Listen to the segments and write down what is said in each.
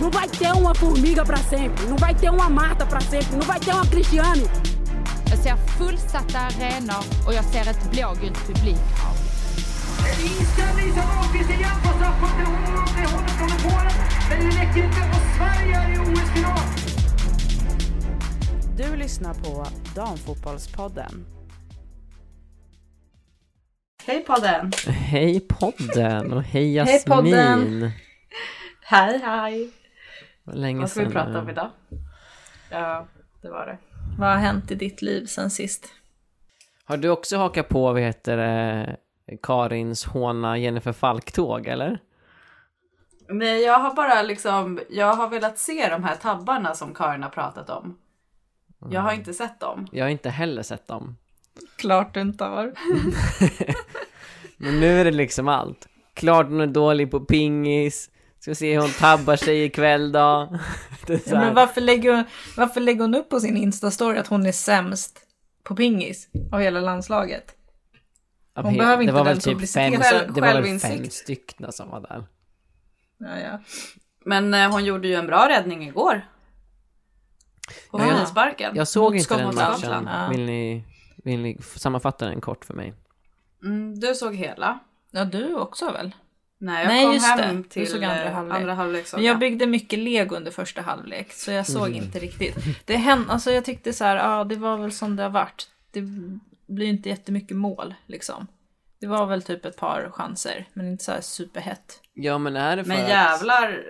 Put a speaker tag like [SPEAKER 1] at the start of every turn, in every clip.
[SPEAKER 1] Não vai ter uma formiga para sempre, não vai ter uma Marta para sempre, não vai ter uma Cristiane.
[SPEAKER 2] Jag ser fullsatta arenor och jag ser ett blågult publikhav.
[SPEAKER 3] Inställning som Ahlqvist igen på straffpunkten. Hon håller från Polen, men det räcker inte. Och Sverige är i OS-final.
[SPEAKER 4] Du lyssnar på Damfotbollspodden. Hej podden!
[SPEAKER 5] Hej podden och hej
[SPEAKER 4] Hej podden.
[SPEAKER 5] Jasmin!
[SPEAKER 4] Hej hej!
[SPEAKER 5] Vad Länge
[SPEAKER 4] Vad ska vi
[SPEAKER 5] sedan
[SPEAKER 4] prata
[SPEAKER 5] nu.
[SPEAKER 4] om idag? Ja, det var det.
[SPEAKER 6] Vad har hänt i ditt liv sen sist?
[SPEAKER 5] Har du också hakat på, vad heter det, Karins håna Jennifer Falk-tåg eller?
[SPEAKER 4] Nej, jag har bara liksom, jag har velat se de här tabbarna som Karin har pratat om. Jag
[SPEAKER 6] Mm.
[SPEAKER 4] har inte sett dem.
[SPEAKER 5] Jag har inte heller sett dem.
[SPEAKER 6] Klart du inte har.
[SPEAKER 5] Men nu är det liksom allt. Klart hon är dålig på pingis. Ska se hur hon tabbar sig ikväll då. Det är så
[SPEAKER 6] Men
[SPEAKER 5] här.
[SPEAKER 6] varför lägger, hon, varför lägger hon upp på sin Insta-story att hon är sämst på pingis av hela landslaget? hon behöver
[SPEAKER 5] det
[SPEAKER 6] inte
[SPEAKER 5] var
[SPEAKER 6] den
[SPEAKER 5] väl typ
[SPEAKER 6] publiciteten.
[SPEAKER 5] fem,
[SPEAKER 6] Själv-
[SPEAKER 5] det var väl fem
[SPEAKER 6] självinsikt.
[SPEAKER 5] stycken som var där.
[SPEAKER 6] Ja, ja.
[SPEAKER 4] Men eh, hon gjorde ju en bra räddning igår. På
[SPEAKER 5] Ja, jag-
[SPEAKER 4] frisparken.
[SPEAKER 5] Jag såg
[SPEAKER 4] Mot
[SPEAKER 5] inte den
[SPEAKER 4] Skottland.
[SPEAKER 5] matchen.
[SPEAKER 6] Ja.
[SPEAKER 5] Vill ni, vill ni sammanfatta den kort för mig?
[SPEAKER 4] Mm, du såg hela.
[SPEAKER 6] ja, du också väl?
[SPEAKER 4] Nej, jag
[SPEAKER 6] Nej,
[SPEAKER 4] kom
[SPEAKER 6] just
[SPEAKER 4] hem
[SPEAKER 6] det. Du
[SPEAKER 4] till
[SPEAKER 6] såg andra
[SPEAKER 4] eh,
[SPEAKER 6] halvlek.
[SPEAKER 4] andra halvlek såg
[SPEAKER 6] Men jag byggde mycket lego under första halvlek så jag såg inte riktigt. Det hände, alltså jag tyckte så här, ja ah, det var väl som det har varit. Det blir ju inte jättemycket mål liksom. Det var väl typ ett par chanser, men inte så här superhett.
[SPEAKER 5] Ja men är det för
[SPEAKER 4] Men
[SPEAKER 5] att...
[SPEAKER 4] jävlar.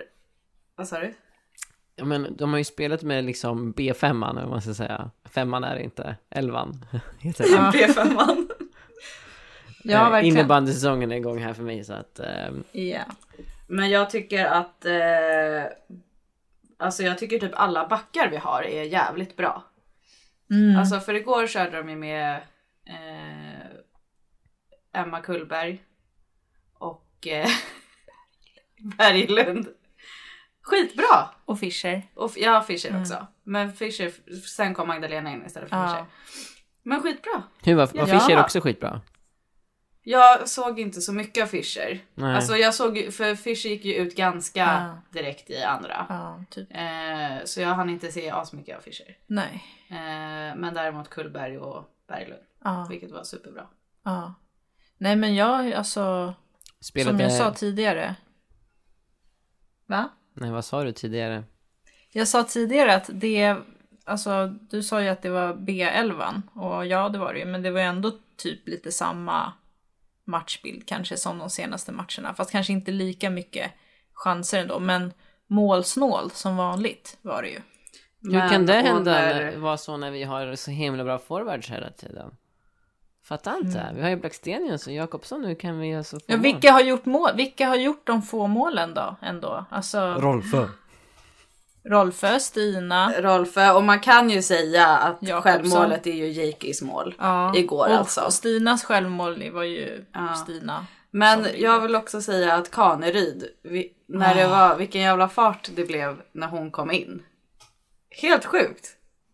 [SPEAKER 4] Vad sa du?
[SPEAKER 5] Ja, men de har ju spelat med liksom B5an, eller vad man ska säga. Femman är det inte, elvan heter det.
[SPEAKER 6] Ja.
[SPEAKER 4] B5an.
[SPEAKER 6] Ja,
[SPEAKER 5] Eh,
[SPEAKER 6] verkligen.
[SPEAKER 5] Innebandysäsongen är igång här för mig så att... Eh,
[SPEAKER 6] Ja.
[SPEAKER 4] Men jag tycker att. Eh, alltså jag tycker typ alla backar vi har är jävligt bra.
[SPEAKER 6] Mm.
[SPEAKER 4] Alltså för igår körde de ju med eh, Emma Kullberg och eh, Berglund. Skitbra!
[SPEAKER 6] Och Fischer.
[SPEAKER 4] Och, ja, Fischer också. Men Fischer, sen kom Magdalena in istället för
[SPEAKER 6] Mm. Ja.
[SPEAKER 4] Fischer. Men skitbra.
[SPEAKER 5] hur var, var
[SPEAKER 4] Ja.
[SPEAKER 5] Fischer också skitbra?
[SPEAKER 4] Jag såg inte så mycket av Fischer.
[SPEAKER 5] Nej.
[SPEAKER 4] Alltså jag såg, ju- för Fischer gick ju ut ganska
[SPEAKER 6] Ja.
[SPEAKER 4] direkt i andra.
[SPEAKER 6] Ja, typ.
[SPEAKER 4] Eh, så jag hann inte se asmycket av Fischer.
[SPEAKER 6] Nej.
[SPEAKER 4] Eh, men däremot Kullberg och Berglund,
[SPEAKER 6] Ja,
[SPEAKER 4] vilket var superbra.
[SPEAKER 6] ja. Nej men jag, alltså,
[SPEAKER 5] Spelade...
[SPEAKER 6] som jag sa tidigare. Va?
[SPEAKER 5] Nej, vad sa du tidigare?
[SPEAKER 6] Jag sa tidigare att det, alltså du sa ju att det var B11 och ja det var det ju, men det var ju ändå typ lite samma matchbild kanske som de senaste matcherna, fast kanske inte lika mycket chanser ändå, men målsnål som vanligt var det ju.
[SPEAKER 5] hur
[SPEAKER 4] Men
[SPEAKER 5] kan det
[SPEAKER 4] och
[SPEAKER 5] hända,
[SPEAKER 4] när-
[SPEAKER 5] när... vara så när vi har så himla bra forwards hela tiden? Fattar inte. Vi har ju Blackstenius och Jakobsson, hur kan vi göra så få
[SPEAKER 6] Mm. Ja,
[SPEAKER 5] mål?
[SPEAKER 6] vilka har gjort mål? Vilka har gjort de få målen då ändå? Alltså
[SPEAKER 5] Rolfö.
[SPEAKER 6] Rolfö, Stina,
[SPEAKER 4] Rolfö, och man kan ju säga att
[SPEAKER 6] Jakobsson.
[SPEAKER 4] självmålet är ju Jakis mål.
[SPEAKER 6] Ja.
[SPEAKER 4] Igår
[SPEAKER 6] och,
[SPEAKER 4] alltså.
[SPEAKER 6] Och Stinas självmål var ju
[SPEAKER 4] Ja.
[SPEAKER 6] Stina.
[SPEAKER 4] Men
[SPEAKER 6] Som
[SPEAKER 4] jag
[SPEAKER 6] ligger. Ah.
[SPEAKER 4] vill också säga att Kaneryd, vi, när det var, vilken jävla fart det blev när hon kom in. Helt sjukt.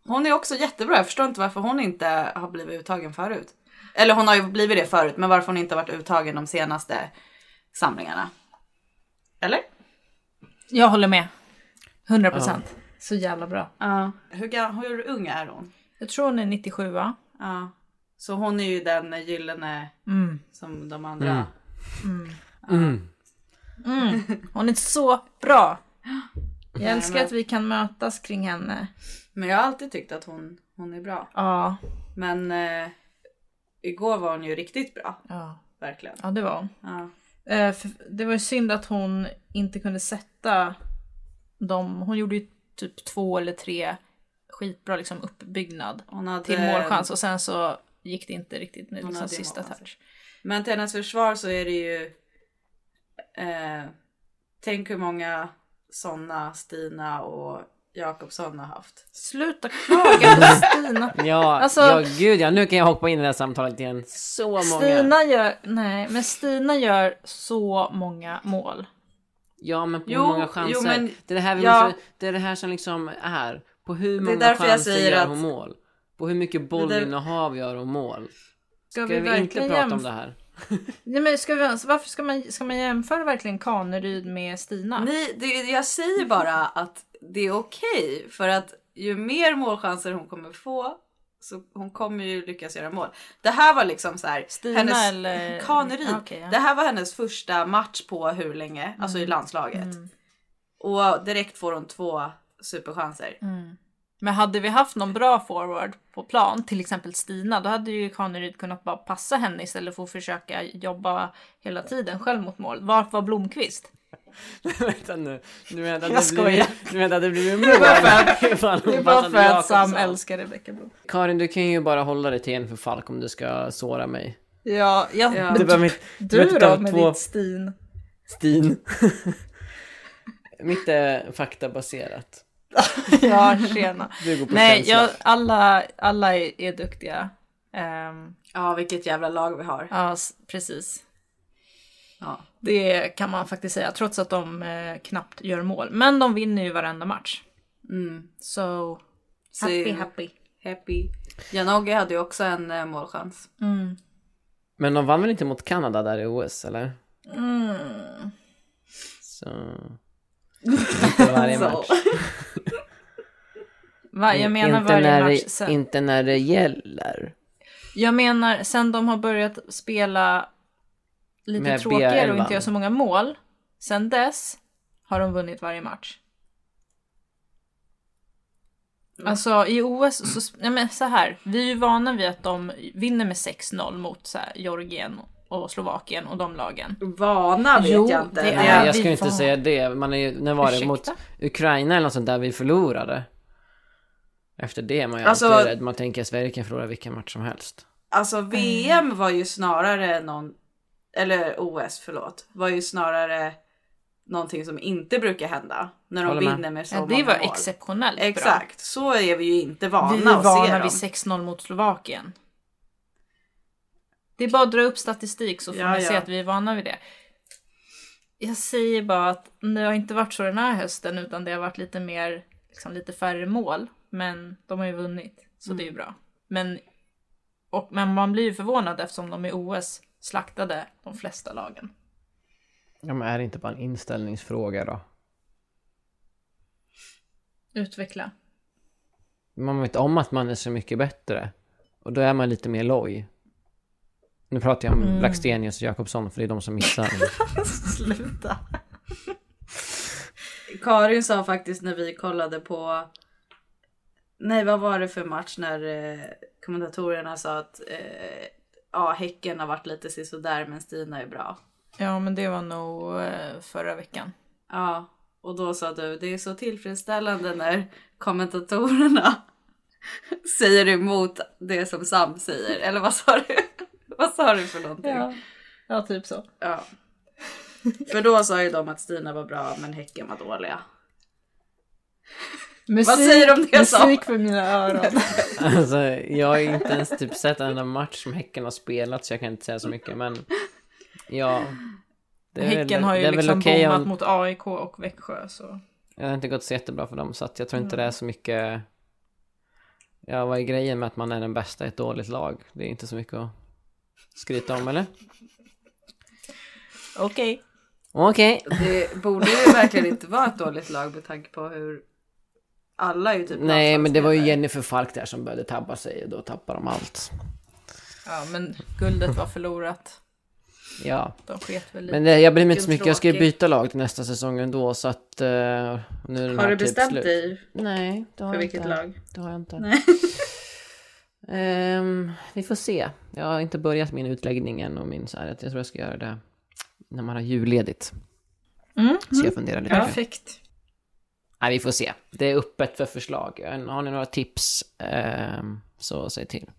[SPEAKER 4] Hon är också jättebra, jag förstår inte varför hon inte har blivit uttagen förut. Eller hon har ju blivit det förut, men varför hon inte har varit uttagen de senaste samlingarna. Eller?
[SPEAKER 6] Jag håller med. 100 procent. Så jävla bra.
[SPEAKER 4] Ja. Hur, gam- hur ung är hon?
[SPEAKER 6] Jag tror hon är 97 va?
[SPEAKER 4] Ja. Så hon är ju den gyllene
[SPEAKER 6] Mm.
[SPEAKER 4] som de andra.
[SPEAKER 6] Mm. Hon är så bra. Jag älskar
[SPEAKER 4] men-
[SPEAKER 6] att vi kan mötas kring henne.
[SPEAKER 4] Men jag har alltid tyckt att hon, hon är bra.
[SPEAKER 6] Ja,
[SPEAKER 4] Men eh, igår var hon ju riktigt bra,
[SPEAKER 6] ja.
[SPEAKER 4] verkligen.
[SPEAKER 6] ja det var hon.
[SPEAKER 4] Ja.
[SPEAKER 6] Eh, för- Det var ju synd att hon inte kunde sätta dem. Hon gjorde ju typ två eller tre skitbra liksom uppbyggnad
[SPEAKER 4] Hon hade,
[SPEAKER 5] Eh,
[SPEAKER 6] till målchans och sen så gick det inte riktigt med
[SPEAKER 4] Hon
[SPEAKER 6] liksom
[SPEAKER 4] hade ju
[SPEAKER 6] sista
[SPEAKER 4] målchanser.
[SPEAKER 6] touch.
[SPEAKER 4] Men till hennes försvar så är det ju... Eh, tänk hur många sådana Stina och Jakobsson har haft.
[SPEAKER 6] Sluta klaga på Stina.
[SPEAKER 5] Ja,
[SPEAKER 6] Alltså-
[SPEAKER 5] ja, gud ja, nu kan jag hoppa in i det här samtalet igen. Så många.
[SPEAKER 6] Stina gör, nej, men Stina gör så många mål.
[SPEAKER 5] Ja, men på
[SPEAKER 4] Jo,
[SPEAKER 5] hur många chanser?
[SPEAKER 4] jo, men-
[SPEAKER 5] det, är det, här vi
[SPEAKER 4] ja.
[SPEAKER 5] måste, det är det här som liksom är. På hur många
[SPEAKER 4] därför jag
[SPEAKER 5] chanser
[SPEAKER 4] säger
[SPEAKER 5] gör
[SPEAKER 4] att-
[SPEAKER 5] hon mål? På hur mycket bollinnehav gör hon mål? Ska vi, inte prata om det här?
[SPEAKER 6] Nej, men ska vi, varför ska man, ska man jämföra verkligen Kaneryd med Stina?
[SPEAKER 4] Ni, det, jag säger bara att det är okej för att ju mer målchanser hon kommer få så hon kommer ju lyckas göra mål. Det här var liksom så här,
[SPEAKER 6] Stina eller-
[SPEAKER 4] Kaneryd.
[SPEAKER 6] Ah, okej, ja. Mm.
[SPEAKER 4] Det här var hennes första match på hur länge, alltså i landslaget. Och direkt får hon två superchanser.
[SPEAKER 6] Mm. Men hade vi haft någon bra forward på plan, till exempel Stina, då hade ju Kaneryd kunnat bara passa henne istället för att försöka jobba hela tiden själv mot mål. Vart var Blomqvist?
[SPEAKER 5] Vänta nu. Du menar att det
[SPEAKER 6] Jag
[SPEAKER 5] blivit-
[SPEAKER 6] skojar.
[SPEAKER 5] Du menar att det blir mål? Ifall hon
[SPEAKER 6] Det är bara
[SPEAKER 5] passade
[SPEAKER 6] för att
[SPEAKER 5] Jakobsson.
[SPEAKER 6] Sam älskar Rebecka Blom.
[SPEAKER 5] Karin, du kan ju bara hålla dig till en för Falk om du ska såra mig.
[SPEAKER 6] Ja, jag,
[SPEAKER 4] Ja.
[SPEAKER 5] Du
[SPEAKER 6] Du,
[SPEAKER 5] behöver mitt...
[SPEAKER 6] du då
[SPEAKER 5] ta
[SPEAKER 6] med
[SPEAKER 5] två-
[SPEAKER 6] ditt Stin.
[SPEAKER 5] Stin. mitt är faktabaserat.
[SPEAKER 6] Ja, tjena.
[SPEAKER 5] Du går på
[SPEAKER 6] Nej,
[SPEAKER 5] känsla.
[SPEAKER 6] jag, alla, alla är, är duktiga. Ehm,
[SPEAKER 4] Ja, vilket jävla lag vi har.
[SPEAKER 6] ja, s- precis.
[SPEAKER 4] Ja.
[SPEAKER 6] Det kan man faktiskt säga, trots att de eh, knappt gör mål. Men de vinner ju varenda match.
[SPEAKER 4] Mm.
[SPEAKER 6] So,
[SPEAKER 4] Så-
[SPEAKER 6] happy, happy.
[SPEAKER 4] Happy. Janogy hade ju också en eh, målchans.
[SPEAKER 6] Mm.
[SPEAKER 5] Men de vann väl inte mot Kanada där i OS, eller?
[SPEAKER 6] Mm.
[SPEAKER 5] Så... Inte varje
[SPEAKER 4] Så.
[SPEAKER 5] match. Mm,
[SPEAKER 6] Va, jag menar
[SPEAKER 5] inte,
[SPEAKER 6] varje
[SPEAKER 5] när
[SPEAKER 6] match.
[SPEAKER 5] det,
[SPEAKER 6] Sen,
[SPEAKER 5] inte när det gäller.
[SPEAKER 6] Jag menar, sen de har börjat spela lite
[SPEAKER 5] Med
[SPEAKER 6] tråkigare och
[SPEAKER 5] B11.
[SPEAKER 6] inte gör så många mål, sen dess har de vunnit varje match. Alltså i OS, så, sp- nej men så här, vi är ju vana vid att de vinner med 6-0 mot så här, Georgien och Slovakien och de lagen.
[SPEAKER 4] Vana vet
[SPEAKER 6] Jo,
[SPEAKER 4] jag inte.
[SPEAKER 6] det
[SPEAKER 4] men
[SPEAKER 6] är-
[SPEAKER 4] jag-
[SPEAKER 5] Nej, jag ska
[SPEAKER 6] vi
[SPEAKER 5] inte
[SPEAKER 6] var-
[SPEAKER 5] säga det. Man är ju, när var det? Mot
[SPEAKER 6] Ursäkta?
[SPEAKER 5] Ukraina eller något sånt där vi förlorade. Efter det är man ju
[SPEAKER 4] Alltså-
[SPEAKER 5] alltid rädd. Man tänker att Sverige kan förlora vilken match som helst.
[SPEAKER 4] Alltså
[SPEAKER 6] Eh.
[SPEAKER 4] VM var ju snarare någon, eller OS förlåt, var ju snarare någonting som inte brukar hända när de
[SPEAKER 5] Håller med.
[SPEAKER 4] vinner med så
[SPEAKER 6] Ja,
[SPEAKER 4] många
[SPEAKER 6] det var
[SPEAKER 4] mål.
[SPEAKER 6] exceptionellt bra.
[SPEAKER 4] Exakt, så är vi ju inte vana
[SPEAKER 6] Vi är
[SPEAKER 4] att se
[SPEAKER 6] vana
[SPEAKER 4] dem.
[SPEAKER 6] vid 6-0 mot Slovakien. Det är bara att dra upp statistik så får
[SPEAKER 4] Ja,
[SPEAKER 6] man se
[SPEAKER 4] ja.
[SPEAKER 6] att vi är vana vid det. Jag säger bara att det har inte varit så den här hösten utan det har varit lite mer, liksom lite färre mål. Men de har ju vunnit, så det är ju bra. Men, och, men man blir ju förvånad eftersom de i OS slaktade de flesta lagen.
[SPEAKER 5] Ja, men är det inte bara en inställningsfråga då?
[SPEAKER 6] Utveckla.
[SPEAKER 5] Man vet om att man är så mycket bättre. Och då är man lite mer loj. Nu pratar jag om
[SPEAKER 6] Mm.
[SPEAKER 5] Blackstenius och Jakobsson för det är de som missar.
[SPEAKER 6] Sluta.
[SPEAKER 4] Karin sa faktiskt när vi kollade på, nej vad var det för match när eh, kommentatorerna sa att eh, ja Häcken har varit lite sisådär men Stina är bra.
[SPEAKER 6] Ja men det var nog eh, förra veckan.
[SPEAKER 4] Ja, och då sa du det är så tillfredsställande när kommentatorerna säger emot det som Sam säger. Eller vad sa du? Vad sa du för någonting? Ja.
[SPEAKER 6] ja typ så.
[SPEAKER 4] För då sa ju de att Stina var bra men Häcken var dåliga.
[SPEAKER 6] Musik,
[SPEAKER 4] Vad säger du om det, Sam?
[SPEAKER 6] Musik för mina öron.
[SPEAKER 5] alltså, jag har ju inte ens typ sett en enda match som Häcken har spelat så jag kan inte säga så mycket men ja. Det är
[SPEAKER 6] Häcken
[SPEAKER 5] väl-
[SPEAKER 6] har
[SPEAKER 5] det
[SPEAKER 6] ju
[SPEAKER 5] är väl
[SPEAKER 6] liksom
[SPEAKER 5] okej om-
[SPEAKER 6] bommat mot AIK och Växjö så.
[SPEAKER 5] Det har inte gått så jättebra för dem så att jag tror
[SPEAKER 6] Mm.
[SPEAKER 5] inte det är så mycket... Ja, vad är grejen med att man är den bästa i ett dåligt lag? Det är inte så mycket att skryta om, eller?
[SPEAKER 6] Okej.
[SPEAKER 5] Okej.
[SPEAKER 4] Det borde ju verkligen inte vara ett dåligt lag med tanke på hur alla är ju typ
[SPEAKER 6] Alltså,
[SPEAKER 5] Nej, men det var ju
[SPEAKER 4] landslagsspelare.
[SPEAKER 5] Jennifer Falk där som började tabba sig och då tappar de allt.
[SPEAKER 6] Ja men guldet var förlorat.
[SPEAKER 5] Ja,
[SPEAKER 6] De sket väl lite.
[SPEAKER 5] men det, jag blir inte så
[SPEAKER 4] Vilken
[SPEAKER 5] mycket. Jag ska ju
[SPEAKER 4] tråkig.
[SPEAKER 5] byta lag till nästa säsong ändå så att... eh, nu är den
[SPEAKER 4] Har
[SPEAKER 5] här
[SPEAKER 4] du
[SPEAKER 5] typ
[SPEAKER 4] bestämt
[SPEAKER 5] slut.
[SPEAKER 4] dig
[SPEAKER 5] Nej, det har
[SPEAKER 4] för
[SPEAKER 5] jag
[SPEAKER 4] vilket
[SPEAKER 5] inte.
[SPEAKER 4] lag?
[SPEAKER 5] Det har jag inte.
[SPEAKER 4] Nej.
[SPEAKER 5] Ehm, vi får se. Jag har inte börjat min utläggning än och min så här, jag tror jag ska göra det när man har julledigt.
[SPEAKER 6] Mm.
[SPEAKER 5] Så jag funderar lite. på det.
[SPEAKER 6] Perfekt.
[SPEAKER 5] Nej, vi får se. Det är öppet för förslag. Har ni några tips ehm, så säg till.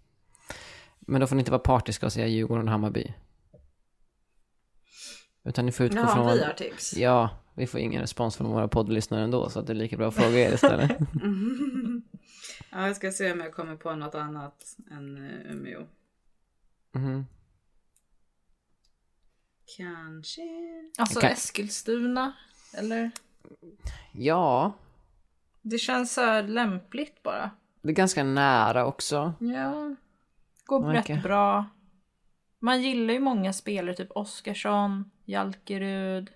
[SPEAKER 5] Men då får ni inte vara partiska och säga Djurgården och Hammarby. Utan ni får utgå
[SPEAKER 4] Ja,
[SPEAKER 5] från...
[SPEAKER 4] vi har tips.
[SPEAKER 5] Ja, vi får ingen respons från våra poddlyssnare ändå så att det är lika bra att fråga er istället.
[SPEAKER 4] Ja, jag ska se om jag kommer på något annat än eh, Umeå.
[SPEAKER 5] Mhm.
[SPEAKER 4] Kanske.
[SPEAKER 6] Alltså
[SPEAKER 5] Okej.
[SPEAKER 6] Eskilstuna, eller?
[SPEAKER 5] Ja,
[SPEAKER 6] Det känns så här lämpligt bara.
[SPEAKER 5] det är ganska nära också.
[SPEAKER 6] Ja. Går
[SPEAKER 5] Okej.
[SPEAKER 6] rätt bra. Man gillar ju många spelare, typ Oskarsson, Jalkerud.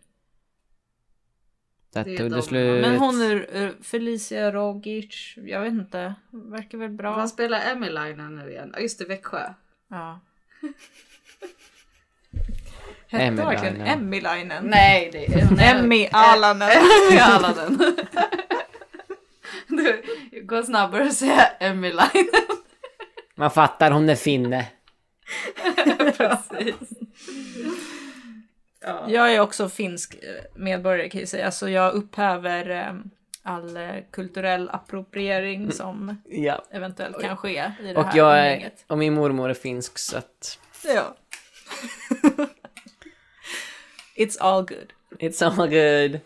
[SPEAKER 5] Där
[SPEAKER 4] Det är
[SPEAKER 5] tog
[SPEAKER 4] de.
[SPEAKER 5] det slut.
[SPEAKER 6] Men hon är är Felicia Rogic, jag vet inte. Verkar väl bra.
[SPEAKER 4] Vad spelar Emililainen nu igen? Ja just det, Växjö.
[SPEAKER 6] Ja. Hette
[SPEAKER 5] Emmy
[SPEAKER 6] verkligen
[SPEAKER 5] Lainen.
[SPEAKER 6] Emmy-linen?
[SPEAKER 4] Nej, det är...
[SPEAKER 6] Emmy Alanen.
[SPEAKER 4] Emmy Alanen. Du, gå snabbare och säga Emililainen.
[SPEAKER 5] Man fattar, hon är finne.
[SPEAKER 4] Precis. Ja.
[SPEAKER 6] Jag är också finsk eh, medborgare kan jag säga, så jag upphäver eh, all eh, kulturell appropriering som
[SPEAKER 5] Ja.
[SPEAKER 6] eventuellt kan ske i det
[SPEAKER 5] Mm. Och
[SPEAKER 6] här
[SPEAKER 5] jag är,
[SPEAKER 6] umgänget.
[SPEAKER 5] och min mormor är finsk så att
[SPEAKER 6] Ja. It's all good.
[SPEAKER 5] it's all good.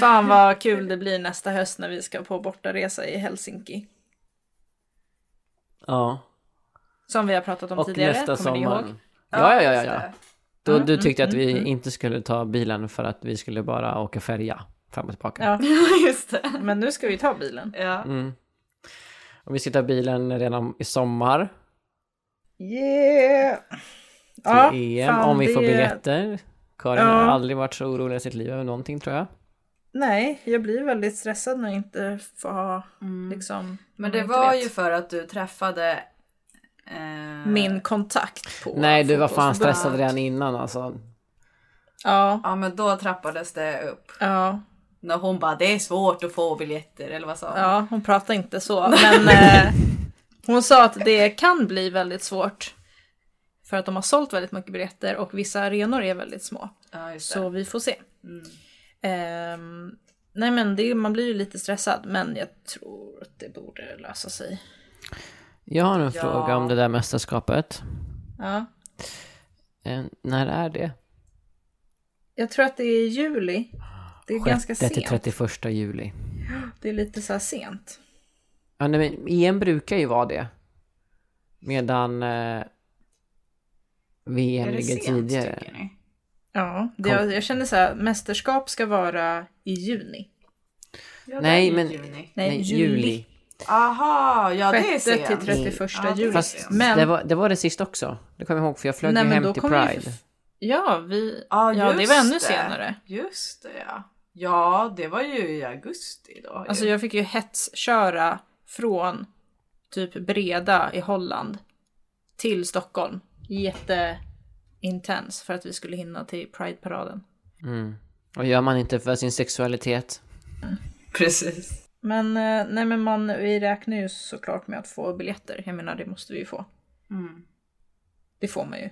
[SPEAKER 6] Fan vad kul det blir nästa höst när vi ska på bortaresa i Helsinki.
[SPEAKER 5] Ja.
[SPEAKER 6] Som vi har pratat om
[SPEAKER 5] Och
[SPEAKER 6] tidigare,
[SPEAKER 5] nästa
[SPEAKER 6] kommer ni ihåg?
[SPEAKER 5] sommar. Ja, ja, ja, ja.
[SPEAKER 4] just
[SPEAKER 5] ja. Mm,
[SPEAKER 4] det.
[SPEAKER 5] Då, du tyckte att vi inte skulle ta bilen för att vi skulle bara åka färja fram och tillbaka.
[SPEAKER 6] Ja,
[SPEAKER 4] Just det.
[SPEAKER 6] men nu ska vi ta bilen.
[SPEAKER 4] Ja.
[SPEAKER 5] Mm. Och vi ska ta bilen redan i sommar
[SPEAKER 6] Yeah!
[SPEAKER 5] till EM om vi får biljetter. Karin
[SPEAKER 6] Ja.
[SPEAKER 5] har aldrig varit så orolig i sitt liv över någonting tror jag.
[SPEAKER 6] Nej, jag blir väldigt stressad när jag inte får ha liksom...
[SPEAKER 4] Mm. Men
[SPEAKER 6] om
[SPEAKER 4] det
[SPEAKER 6] jag inte
[SPEAKER 4] var
[SPEAKER 6] vet.
[SPEAKER 4] ju för att du träffade... Eh,
[SPEAKER 6] min kontakt på
[SPEAKER 5] Nej, du var fan
[SPEAKER 6] fotbollsförbundet.
[SPEAKER 5] stressad redan innan alltså.
[SPEAKER 6] Ja,
[SPEAKER 4] Ja men då trappades det upp.
[SPEAKER 6] ja,
[SPEAKER 4] När hon bara det är svårt att få biljetter eller vad sa hon?
[SPEAKER 6] ja, hon pratar inte så. Men eh, hon sa att det kan bli väldigt svårt. För att de har sålt väldigt mycket biljetter och vissa arenor är väldigt små.
[SPEAKER 4] Ja, just det.
[SPEAKER 6] Så vi får se.
[SPEAKER 4] Mm.
[SPEAKER 6] Ehm, nej men det, man blir ju lite stressad men jag tror att det borde lösa sig.
[SPEAKER 5] Jag har en
[SPEAKER 4] Ja.
[SPEAKER 5] fråga om det där mästerskapet.
[SPEAKER 6] Ja.
[SPEAKER 5] Eh, när är det?
[SPEAKER 6] Jag tror att det är i juli. Det är ganska
[SPEAKER 5] Sjätte till
[SPEAKER 6] sent.
[SPEAKER 5] 31 juli.
[SPEAKER 6] Det är lite så här sent.
[SPEAKER 5] Ja, nej, men EM brukar ju vara det. Medan eh, VM
[SPEAKER 4] Är det
[SPEAKER 5] ligger
[SPEAKER 4] sent
[SPEAKER 5] tidigare.
[SPEAKER 4] tycker ni?
[SPEAKER 6] Ja, det, jag, jag känner så här, mästerskap ska vara i juni.
[SPEAKER 4] Ja,
[SPEAKER 5] Nej,
[SPEAKER 4] det är
[SPEAKER 5] men-
[SPEAKER 4] juni.
[SPEAKER 6] Nej, juli.
[SPEAKER 4] Aha, ja det är
[SPEAKER 6] 6 till
[SPEAKER 4] sent.
[SPEAKER 6] 31
[SPEAKER 4] Ja, det är
[SPEAKER 6] juli.
[SPEAKER 5] Fast
[SPEAKER 6] Men-
[SPEAKER 5] det, var, det var det sist också. Det kommer jag ihåg för jag flög ju hem till
[SPEAKER 6] kommer
[SPEAKER 5] Pride.
[SPEAKER 6] ju för- Ja, vi...
[SPEAKER 4] Ja,
[SPEAKER 6] ja, det var
[SPEAKER 4] just
[SPEAKER 6] ännu senare.
[SPEAKER 4] Just det ja. Ja, det var ju i augusti då. ju.
[SPEAKER 6] Alltså jag fick ju hetsköra från typ Breda i Holland till Stockholm. Jätteintens för att vi skulle hinna till Pride-paraden.
[SPEAKER 5] Mm. Och gör man inte för sin sexualitet.
[SPEAKER 4] Precis.
[SPEAKER 6] Men eh, nej men man, vi räknar ju såklart med att få biljetter. Jag menar det måste vi ju få.
[SPEAKER 4] Mm.
[SPEAKER 6] Det får man ju.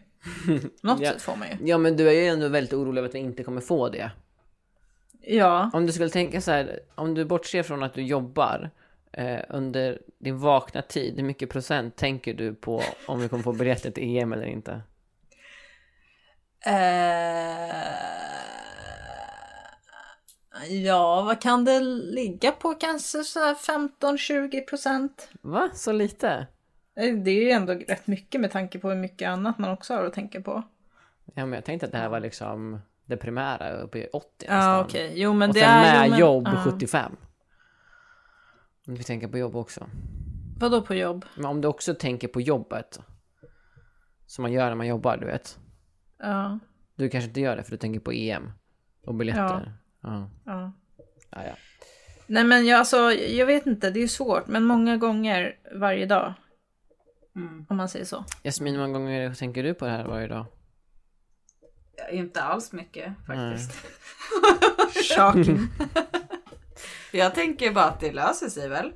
[SPEAKER 6] Något
[SPEAKER 5] Ja.
[SPEAKER 6] sätt får man ju.
[SPEAKER 5] Ja men du är ju ändå väldigt orolig över att vi inte kommer få det.
[SPEAKER 6] Ja.
[SPEAKER 5] Om du skulle tänka så här, om du bortser från att du jobbar eh, under din vakna tid, hur mycket procent tänker du på om vi kommer få biljetter till EM eller inte?
[SPEAKER 6] Eh, ja, vad kan det ligga på? Kanske så här 15-20 procent.
[SPEAKER 5] Va? Så lite?
[SPEAKER 6] Eh, Det är ju ändå rätt mycket med tanke på hur mycket annat man också har att tänka på.
[SPEAKER 5] Ja men jag tänkte att det här var liksom det primära uppe i 80
[SPEAKER 6] Ja, okej. Jo, men
[SPEAKER 5] Och
[SPEAKER 6] det
[SPEAKER 5] sen
[SPEAKER 6] är...
[SPEAKER 5] med
[SPEAKER 6] jo, men,
[SPEAKER 5] jobb
[SPEAKER 6] ja.
[SPEAKER 5] 75. Om vi tänker på jobb också.
[SPEAKER 6] Vadå på jobb?
[SPEAKER 5] Men om du också tänker på jobbet. Som man gör när man jobbar, du vet.
[SPEAKER 6] Ja,
[SPEAKER 5] Du kanske inte gör det för du tänker på EM och biljetter. Ja.
[SPEAKER 6] ja.
[SPEAKER 5] Ja, ja.
[SPEAKER 6] Nej, men jag, alltså, jag vet inte. Det är ju svårt, men många gånger varje dag.
[SPEAKER 4] Mm.
[SPEAKER 6] Om man säger så.
[SPEAKER 5] Jasmin, hur många gånger tänker du på det här varje dag?
[SPEAKER 4] Ja, Inte alls mycket faktiskt.
[SPEAKER 6] Shocking.
[SPEAKER 4] Jag tänker bara att det löser sig väl.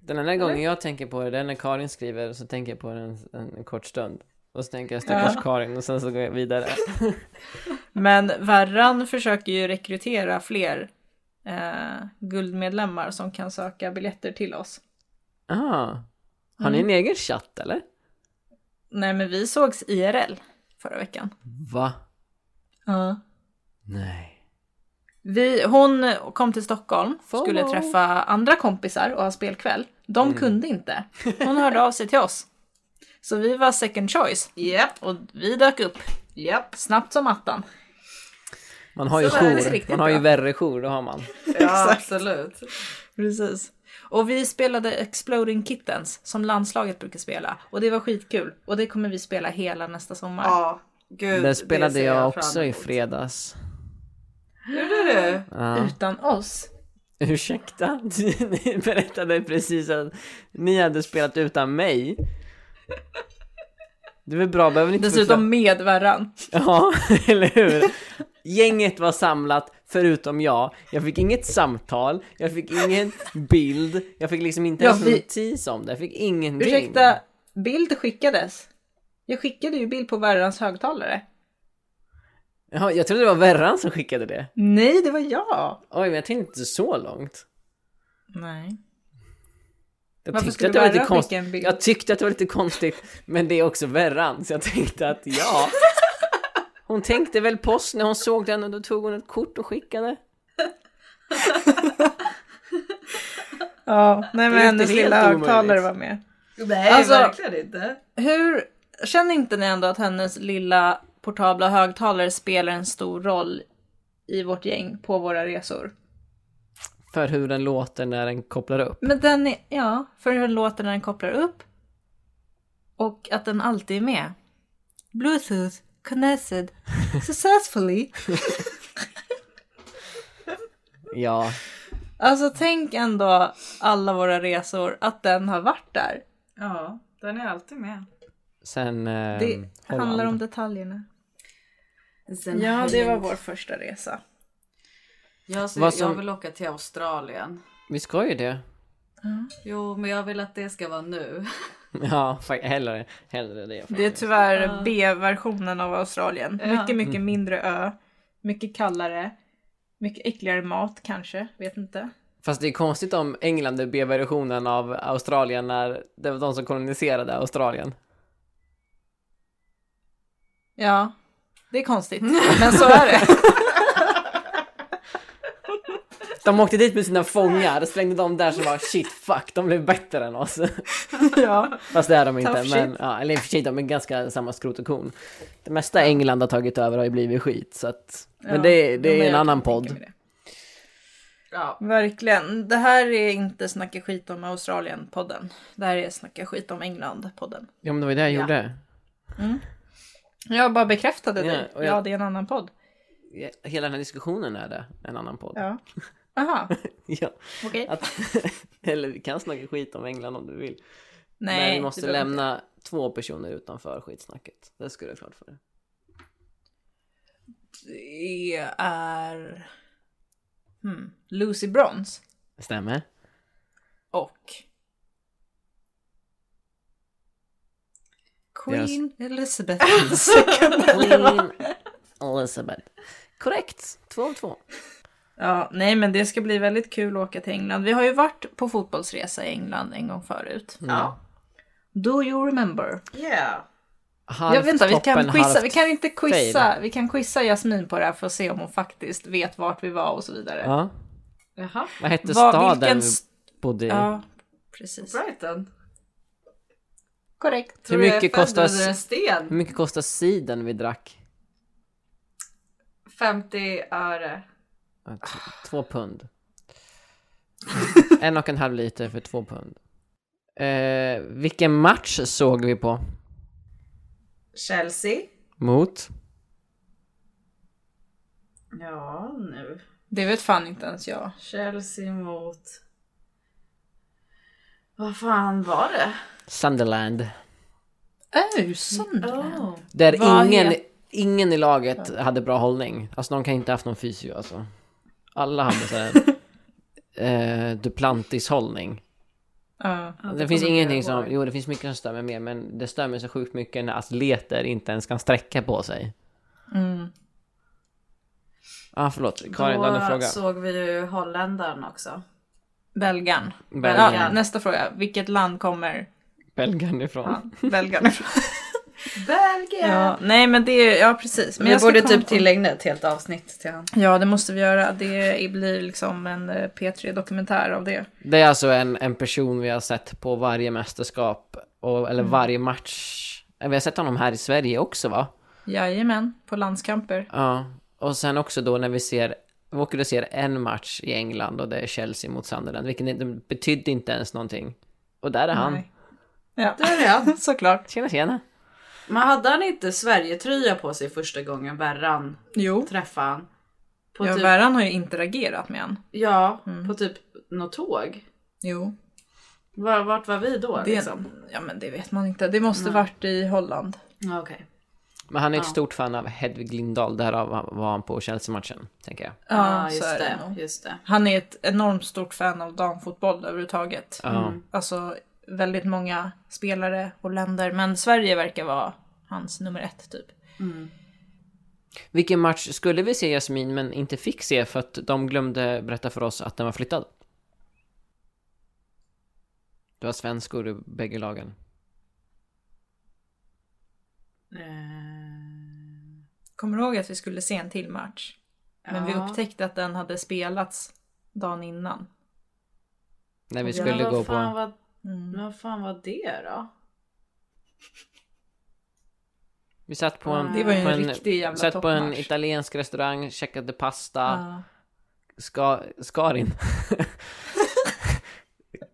[SPEAKER 5] Den enda gången jag tänker på det, det är när Karin skriver så tänker jag på det en, en kort stund. Och så tänker jag stackars Karin och sen så går jag vidare.
[SPEAKER 6] Men Värran försöker ju rekrytera fler eh, guldmedlemmar som kan söka biljetter till oss.
[SPEAKER 5] Ah, har
[SPEAKER 6] Mm.
[SPEAKER 5] ni en egen chatt eller?
[SPEAKER 6] Nej men vi sågs IRL förra veckan.
[SPEAKER 5] Va?
[SPEAKER 6] Ja.
[SPEAKER 5] Nej.
[SPEAKER 6] Vi, hon kom till Stockholm,
[SPEAKER 5] Follow.
[SPEAKER 6] skulle träffa andra kompisar och ha spelkväll. De kunde inte. Hon hörde av sig till oss. Så vi var second choice
[SPEAKER 4] Japp,
[SPEAKER 6] och vi dök upp
[SPEAKER 4] japp.
[SPEAKER 6] snabbt som attan.
[SPEAKER 5] Man har ju
[SPEAKER 6] Så är det
[SPEAKER 5] jour.
[SPEAKER 6] riktigt
[SPEAKER 5] Man har ju
[SPEAKER 6] bra.
[SPEAKER 5] värre jour, det har man.
[SPEAKER 4] Ja, absolut.
[SPEAKER 6] Precis. Och vi spelade Exploding Kittens som landslaget brukar spela. Och det var skitkul. Och det kommer vi spela hela nästa sommar.
[SPEAKER 4] Ja, gud.
[SPEAKER 5] Det spelade
[SPEAKER 4] ser
[SPEAKER 5] jag
[SPEAKER 4] fram
[SPEAKER 5] också i
[SPEAKER 4] emot.
[SPEAKER 5] fredags.
[SPEAKER 4] Gjorde du?
[SPEAKER 5] Ja.
[SPEAKER 6] Utan oss.
[SPEAKER 5] Ursäkta, ni berättade precis att ni hade spelat utan mig. Det är väl bra, behöver ni inte
[SPEAKER 6] Dessutom med varann.
[SPEAKER 5] Ja, eller hur? Gänget var samlat förutom jag. Jag fick inget samtal, jag fick ingen bild, jag fick liksom inte
[SPEAKER 6] Ja,
[SPEAKER 5] ens en
[SPEAKER 6] vi-
[SPEAKER 5] notis om det, jag fick ingenting.
[SPEAKER 6] Ursäkta, bild skickades. Jag skickade ju bild på varans högtalare.
[SPEAKER 5] Ja, jag trodde det var Verran som skickade det.
[SPEAKER 6] Nej, det var jag.
[SPEAKER 5] Oj, men jag tänkte inte så långt.
[SPEAKER 6] Nej.
[SPEAKER 5] Jag
[SPEAKER 6] Varför
[SPEAKER 5] tyckte,
[SPEAKER 6] skulle
[SPEAKER 5] att det var lite
[SPEAKER 6] Verran
[SPEAKER 5] konst...
[SPEAKER 6] skicka en bild?
[SPEAKER 5] jag tyckte att det var lite konstigt, men det är också Verran, så jag tänkte att ja. Hon tänkte väl på oss när hon såg den och då tog hon ett kort och skickade.
[SPEAKER 6] Ja, nej men
[SPEAKER 5] inte
[SPEAKER 6] hennes
[SPEAKER 5] helt
[SPEAKER 6] lilla högtalare
[SPEAKER 5] omöjligt.
[SPEAKER 6] var med.
[SPEAKER 4] Nej,
[SPEAKER 6] Alltså-
[SPEAKER 4] verkligen inte.
[SPEAKER 6] Hur, känner inte ni ändå att hennes lilla portabla högtalare spelar en stor roll i vårt gäng på våra resor?
[SPEAKER 5] För hur den låter när den kopplar upp.
[SPEAKER 6] Men den är, ja, för hur den låter när den kopplar upp. Och att den alltid är med. Bluetooth connected successfully.
[SPEAKER 5] Ja,
[SPEAKER 6] Alltså tänk ändå alla våra resor, att den har varit där.
[SPEAKER 4] Ja, den är alltid med.
[SPEAKER 5] sen... ehm,
[SPEAKER 6] Det
[SPEAKER 5] Holland.
[SPEAKER 6] handlar om detaljerna. vår första resa.
[SPEAKER 4] Jag, ser,
[SPEAKER 5] Vad som-
[SPEAKER 4] jag vill åka till Australien.
[SPEAKER 5] Vi ska ju det.
[SPEAKER 4] Jo, men jag vill att det ska vara nu.
[SPEAKER 5] Ja, fa- hellre, hellre det.
[SPEAKER 6] Det är tyvärr B-versionen av Australien.
[SPEAKER 4] Ja.
[SPEAKER 6] Mycket, mycket mindre ö. Mycket kallare. Mycket äckligare mat kanske, vet inte.
[SPEAKER 5] Fast det är konstigt om England är B-versionen av Australien när det var de som koloniserade Australien.
[SPEAKER 6] Ja, det är konstigt. Men så är det.
[SPEAKER 5] De åkte dit med sina fångar, slängde dem där som var shit fuck, de blev bättre än oss.
[SPEAKER 6] ja.
[SPEAKER 5] Fast det är de inte,
[SPEAKER 6] Tough
[SPEAKER 5] men
[SPEAKER 6] shit.
[SPEAKER 5] ja, eller i och för sig, de är ganska samma skrot och korn. Det mesta England har tagit över har ju blivit skit, så att, men det, det
[SPEAKER 6] Ja, men
[SPEAKER 5] är en
[SPEAKER 6] jag
[SPEAKER 5] annan
[SPEAKER 6] kan tänka
[SPEAKER 5] podd.
[SPEAKER 6] mig det.
[SPEAKER 4] Ja,
[SPEAKER 6] Verkligen. Det här är inte Snacka skit om Australien-podden. Det här är Snacka skit om England-podden.
[SPEAKER 5] Ja, men det var ju det jag
[SPEAKER 4] Ja.
[SPEAKER 5] gjorde.
[SPEAKER 6] Jag bara bekräftade
[SPEAKER 5] Ja,
[SPEAKER 6] dig.
[SPEAKER 5] och jag-
[SPEAKER 6] Ja, det är en annan podd.
[SPEAKER 5] Hela den här diskussionen är det, en annan podd.
[SPEAKER 6] Ja. Aha,
[SPEAKER 5] Ja,
[SPEAKER 6] okej.
[SPEAKER 5] att, eller vi kan snacka skit om England om du vill.
[SPEAKER 6] Nej,
[SPEAKER 5] men vi måste
[SPEAKER 6] det behöver inte.
[SPEAKER 5] lämna två personer utanför skitsnacket. Det ska du ha klart för dig.
[SPEAKER 6] Det är hmm, Lucy Bronze
[SPEAKER 5] Stämmer.
[SPEAKER 6] och Queen Elizabeth
[SPEAKER 5] Queen Elizabeth. Korrekt. Två av två.
[SPEAKER 6] Ja, nej men det ska bli väldigt kul att åka till England. Vi har ju varit på fotbollsresa i England en gång förut.
[SPEAKER 4] Ja.
[SPEAKER 6] Do you remember?
[SPEAKER 4] yeah.
[SPEAKER 5] Halvt
[SPEAKER 6] jag vet inte, vi
[SPEAKER 5] toppen,
[SPEAKER 6] kan quizza,
[SPEAKER 5] halvt
[SPEAKER 6] vi kan inte quizza,
[SPEAKER 5] fail.
[SPEAKER 6] vi kan quizza Jasmin på det här för att se om hon faktiskt vet vart vi var och så vidare.
[SPEAKER 5] Ja.
[SPEAKER 4] Jaha,
[SPEAKER 5] Vad hette
[SPEAKER 6] Vad-
[SPEAKER 5] staden
[SPEAKER 6] vilken
[SPEAKER 5] vi Mm.
[SPEAKER 6] st-
[SPEAKER 5] bodde i?
[SPEAKER 6] Ja, precis.
[SPEAKER 4] Brighton.
[SPEAKER 6] Korrekt.
[SPEAKER 5] Hur
[SPEAKER 4] Tror du jag
[SPEAKER 5] mycket
[SPEAKER 4] är född
[SPEAKER 5] kostar
[SPEAKER 4] under en
[SPEAKER 5] Hur
[SPEAKER 4] sten?
[SPEAKER 5] mycket kostar siden vi drack?
[SPEAKER 4] 50 öre.
[SPEAKER 5] Ja, t- Två pund. en och en halv liter för två pund. Eh, vilken match såg vi på?
[SPEAKER 4] Chelsea.
[SPEAKER 5] Mot?
[SPEAKER 4] Ja, nu.
[SPEAKER 6] Det vet fan inte ens jag.
[SPEAKER 4] Chelsea mot... Vad fan var det?
[SPEAKER 5] Sunderland.
[SPEAKER 6] Ösen!
[SPEAKER 4] Oh.
[SPEAKER 5] Där
[SPEAKER 6] Vad
[SPEAKER 5] ingen,
[SPEAKER 6] het-
[SPEAKER 5] ingen i laget hade bra hållning. Alltså någon kan inte haft någon fysio alltså. Alla hade såhär eh, Duplantis-hållning.
[SPEAKER 6] Ja.
[SPEAKER 5] Det, finns ingenting som, jo det finns mycket som stämmer med men det stämmer så sjukt mycket när atleter inte ens kan sträcka på sig.
[SPEAKER 6] Mm.
[SPEAKER 5] Ja ah, förlåt, Karin du hade en
[SPEAKER 4] Då
[SPEAKER 5] fråga.
[SPEAKER 4] såg vi ju holländaren också.
[SPEAKER 6] Belgan.
[SPEAKER 5] Belgien.
[SPEAKER 6] Ja, nästa fråga. Vilket land kommer
[SPEAKER 5] Belgien ifrån.
[SPEAKER 6] Belgan ifrån?
[SPEAKER 4] Belgien!
[SPEAKER 6] ja, nej men det är, ja precis. Men
[SPEAKER 4] Vi
[SPEAKER 6] jag ska
[SPEAKER 4] borde
[SPEAKER 6] komma
[SPEAKER 4] typ
[SPEAKER 6] på-
[SPEAKER 4] tillägna ett helt avsnitt till han.
[SPEAKER 6] Ja, det måste vi göra. Det blir liksom en eh, P3-dokumentär av det.
[SPEAKER 5] Det är alltså en, en person vi har sett på varje mästerskap, och,
[SPEAKER 6] Mm.
[SPEAKER 5] eller varje match. Eh, Vi har sett honom här i Sverige också va?
[SPEAKER 6] Jajamän, på landskamper.
[SPEAKER 5] Ja, och sen också då när vi ser Vi åker och ser en match i England och det är Chelsea mot Sunderland, vilket inte, betydde inte ens någonting. Och där är han.
[SPEAKER 6] Nej. Ja,
[SPEAKER 4] Där är han.
[SPEAKER 6] såklart.
[SPEAKER 5] Tjena tjena.
[SPEAKER 4] Men hade han inte Sverige-tröja på sig första gången Berran
[SPEAKER 6] Jo.
[SPEAKER 4] träffade han? På
[SPEAKER 6] Ja,
[SPEAKER 4] typ,
[SPEAKER 6] Värran Mm. har ju interagerat med han.
[SPEAKER 4] ja, på typ något tåg.
[SPEAKER 6] Jo.
[SPEAKER 4] Var, vart var vi då
[SPEAKER 6] Det,
[SPEAKER 4] liksom?
[SPEAKER 6] Ja men det vet man inte. Det måste varit i Holland.
[SPEAKER 4] Ja, okej.
[SPEAKER 5] Men han är ett stort fan av Hedvig Lindahl, därav var han på Chelsea-matchen, tänker jag.
[SPEAKER 6] Ja,
[SPEAKER 4] Ja,
[SPEAKER 6] så
[SPEAKER 4] just
[SPEAKER 6] är det
[SPEAKER 4] det.
[SPEAKER 6] nog.
[SPEAKER 4] Just det.
[SPEAKER 6] Han är ett enormt stort fan av damfotboll överhuvudtaget.
[SPEAKER 5] Ja.
[SPEAKER 6] Alltså väldigt många spelare och länder. Men Sverige verkar vara hans nummer ett typ.
[SPEAKER 5] Vilken match skulle vi se Jasmin men inte fick se för att de glömde berätta för oss att den var flyttad? Det var svenskor i bägge lagen.
[SPEAKER 4] Eh,
[SPEAKER 6] Kommer du ihåg att vi skulle se en till match? Men vi
[SPEAKER 4] ja.
[SPEAKER 6] upptäckte att den hade spelats dagen innan.
[SPEAKER 5] När vi
[SPEAKER 4] Eh, Ja,
[SPEAKER 5] skulle
[SPEAKER 4] vad
[SPEAKER 5] gå
[SPEAKER 4] fan
[SPEAKER 5] på...
[SPEAKER 4] Var,
[SPEAKER 6] Mm.
[SPEAKER 4] men vad fan var det då?
[SPEAKER 5] Vi satt på en...
[SPEAKER 6] Det var ju
[SPEAKER 5] på
[SPEAKER 6] en riktig jävla
[SPEAKER 5] satt på en
[SPEAKER 6] toppmatch.
[SPEAKER 5] italiensk restaurang, käkade pasta,
[SPEAKER 6] Ja.
[SPEAKER 5] ska, Skarin.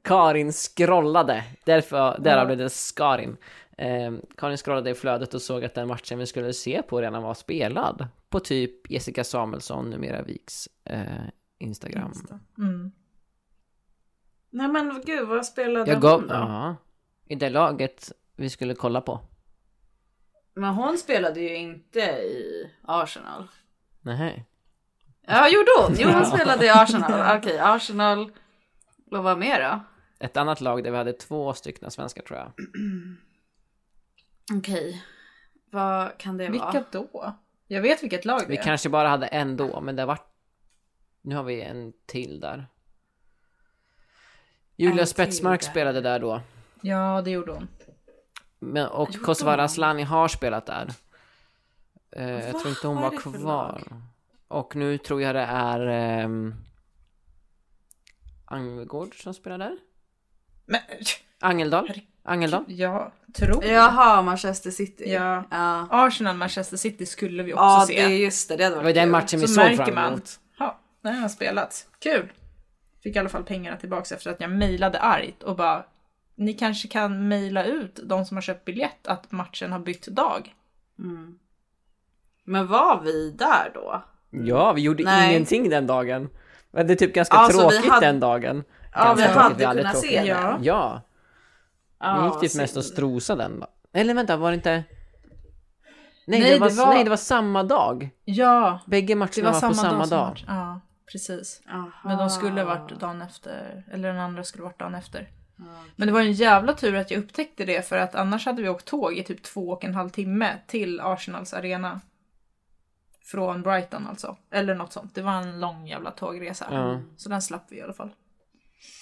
[SPEAKER 5] Karin scrollade, Därför, därav blev det Skarin. Eh, Karin scrollade i flödet och såg att den matchen vi skulle se på redan var spelad. På typ Jessica Samuelsson, numera Viks, eh, Instagram.
[SPEAKER 6] Mm.
[SPEAKER 4] Nej men gud, vad spelade
[SPEAKER 5] Jag gav,
[SPEAKER 4] hon då?
[SPEAKER 5] ja, i det laget vi skulle kolla på.
[SPEAKER 4] Men hon spelade ju inte i Arsenal.
[SPEAKER 5] Nej.
[SPEAKER 4] Ja, gjorde hon? Jo, hon spelade i Arsenal. Okej, Arsenal. Och vad mer då?
[SPEAKER 5] Ett annat lag där vi hade två stycken svenskar tror jag.
[SPEAKER 4] Okej. Vad kan det
[SPEAKER 6] Vilka
[SPEAKER 4] vara?
[SPEAKER 6] då? Jag vet vilket lag
[SPEAKER 5] Vi
[SPEAKER 6] det är.
[SPEAKER 5] kanske bara hade en då, men det vart... Nu har vi en till där. Julia
[SPEAKER 4] En
[SPEAKER 5] Spetsmark
[SPEAKER 4] till där.
[SPEAKER 5] spelade där då.
[SPEAKER 6] Ja, det gjorde hon.
[SPEAKER 5] Men, och Kosovare Asllani har spelat där. Eh, jag
[SPEAKER 4] Va?
[SPEAKER 5] tror inte hon
[SPEAKER 4] Vad är
[SPEAKER 5] var
[SPEAKER 4] det för
[SPEAKER 5] kvar. Och nu tror jag det är... ehm, Angelgård som spelar där?
[SPEAKER 6] Men
[SPEAKER 5] Angeldal?
[SPEAKER 6] Herregud.
[SPEAKER 5] Angeldal?
[SPEAKER 6] jag tror...
[SPEAKER 4] Jaha, Manchester City.
[SPEAKER 6] Ja.
[SPEAKER 4] Ja,
[SPEAKER 6] Arsenal Manchester City skulle vi också
[SPEAKER 4] ja det
[SPEAKER 6] se.
[SPEAKER 4] är just det. Det hade
[SPEAKER 5] Det
[SPEAKER 4] varit
[SPEAKER 5] var den
[SPEAKER 4] kul.
[SPEAKER 5] matchen vi
[SPEAKER 6] Så
[SPEAKER 5] såg
[SPEAKER 6] märker
[SPEAKER 5] fram
[SPEAKER 6] man.
[SPEAKER 5] emot.
[SPEAKER 6] Ja, den har spelats. Kul! Fick i alla fall pengarna tillbaka efter att jag mejlade argt och bara ni kanske kan mejla ut de som har köpt biljett att matchen har bytt dag.
[SPEAKER 4] Men var vi där då?
[SPEAKER 5] Ja, vi gjorde
[SPEAKER 4] Nej.
[SPEAKER 5] ingenting den dagen. Vi hade typ ganska
[SPEAKER 4] Ja, så vi
[SPEAKER 5] tråkigt
[SPEAKER 4] hade-
[SPEAKER 5] den dagen.
[SPEAKER 4] Ja, vi
[SPEAKER 5] Ganska tråkigt,
[SPEAKER 4] hade
[SPEAKER 5] aldrig
[SPEAKER 4] kunnat se
[SPEAKER 5] tråkigt.
[SPEAKER 4] den.
[SPEAKER 6] Ja.
[SPEAKER 5] Ja, Ni gick typ
[SPEAKER 4] synd.
[SPEAKER 5] mest och strosade den då. Eller vänta, var det inte... Nej,
[SPEAKER 6] Nej,
[SPEAKER 5] det, var,
[SPEAKER 6] det var-
[SPEAKER 5] nej det var samma dag.
[SPEAKER 6] Ja,
[SPEAKER 5] Bägge
[SPEAKER 6] det
[SPEAKER 5] matcherna
[SPEAKER 6] var,
[SPEAKER 5] var,
[SPEAKER 6] samma
[SPEAKER 5] på samma
[SPEAKER 6] dag. som
[SPEAKER 5] dag.
[SPEAKER 6] match- Ja, precis.
[SPEAKER 4] Aha.
[SPEAKER 6] Men de skulle varit dagen efter, eller den andra skulle varit dagen efter. Men det var en jävla tur att jag upptäckte det för att annars hade vi åkt tåg i typ två och en halv timme till Arsenals arena. Från Brighton alltså, eller något sånt. Det var en lång jävla tågresa.
[SPEAKER 5] Ja.
[SPEAKER 6] Så den slapp vi i alla fall.